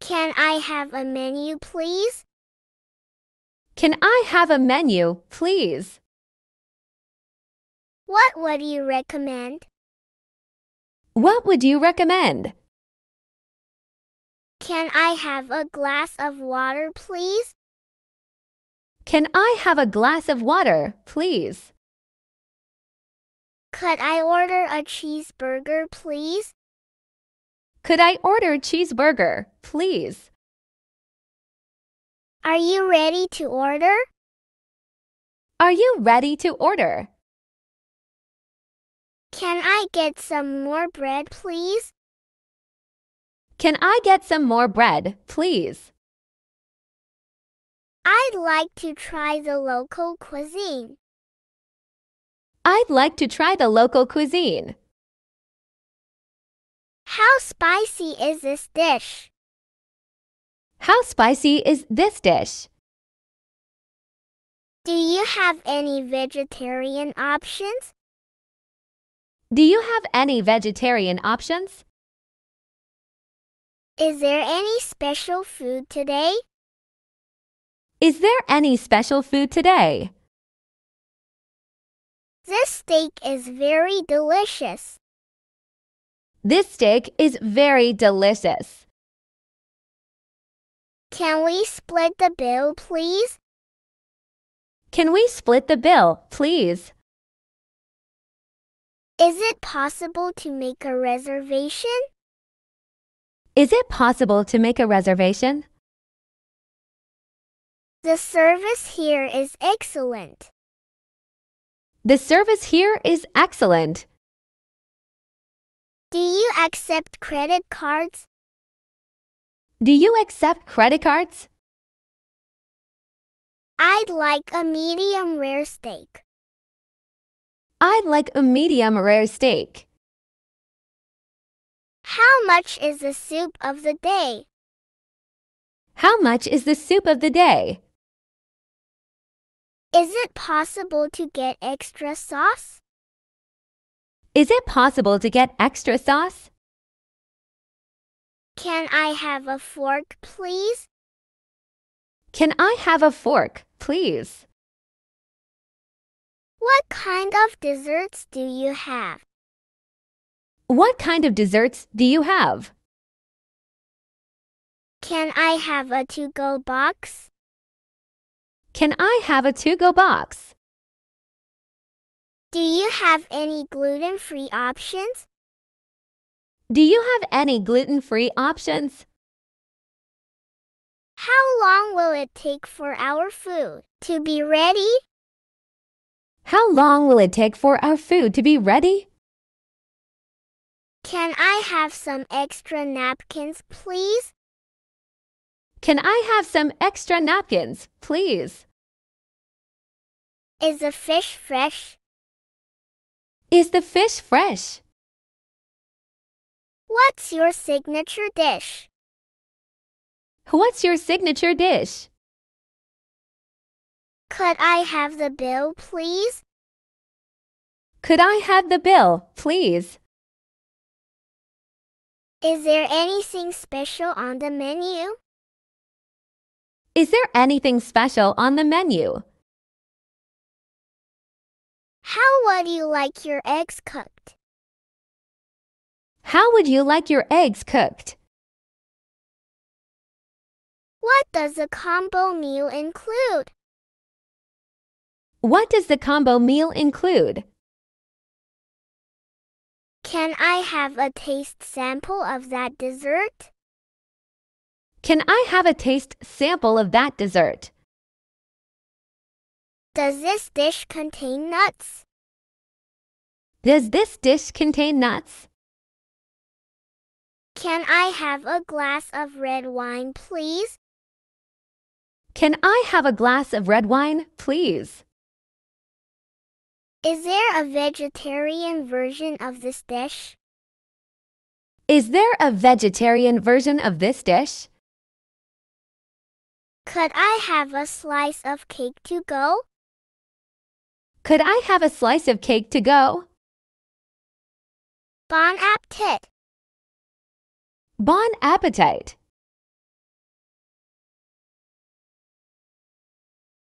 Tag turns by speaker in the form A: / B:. A: Can I have a menu, please?
B: Can I have a menu, please?
A: What would you recommend?
B: What would you recommend?
A: Can I have a glass of water, please?
B: Can I have a glass of water, please?
A: Could I order a cheeseburger, please?
B: Could I order cheeseburger, please?
A: Are you ready to order?
B: Are you ready to order?
A: Can I get some more bread, please?
B: Can I get some more bread, please?
A: I'd like to try the local cuisine.
B: I'd like to try the local cuisine.
A: How spicy is this dish?
B: How spicy is this dish?
A: Do you have any vegetarian options?
B: Do you have any vegetarian options?
A: Is there any special food today?
B: Is there any special food today?
A: This steak is very delicious.
B: This steak is very delicious.
A: Can we split the bill, please?
B: Can we split the bill, please?
A: Is it possible to make a reservation?
B: Is it possible to make a reservation?
A: The service here is excellent.
B: The service here is excellent.
A: Do you accept credit cards?
B: Do you accept credit cards?
A: I'd like a medium rare steak.
B: I'd like a medium rare steak.
A: How much is the soup of the day?
B: How much is the soup of the day?
A: Is it possible to get extra sauce?
B: Is it possible to get extra sauce?
A: Can I have a fork, please?
B: Can I have a fork, please?
A: What kind of desserts do you have?
B: What kind of desserts do you have?
A: Can I have a to go box?
B: Can I have a to go box?
A: Do you have any gluten free options?
B: Do you have any gluten free options?
A: How long will it take for our food to be ready?
B: How long will it take for our food to be ready?
A: Can I have some extra napkins, please?
B: Can I have some extra napkins, please?
A: Is the fish fresh?
B: Is the fish fresh?
A: What's your signature dish?
B: What's your signature dish?
A: Could I have the bill, please?
B: Could I have the bill, please?
A: Is there anything special on the menu?
B: Is there anything special on the menu?
A: How would you like your eggs cooked?
B: How would you like your eggs cooked?
A: What does the combo meal include?
B: What does the combo meal include?
A: Can I have a taste sample of that dessert?
B: Can I have a taste sample of that dessert?
A: Does this dish contain nuts?
B: Does this dish contain nuts?
A: Can I have a glass of red wine, please?
B: Can I have a glass of red wine, please?
A: Is there a vegetarian version of this dish?
B: Is there a vegetarian version of this dish?
A: Could I have a slice of cake to go?
B: Could I have a slice of cake to go?
A: Bon appetit!
B: Bon appetit!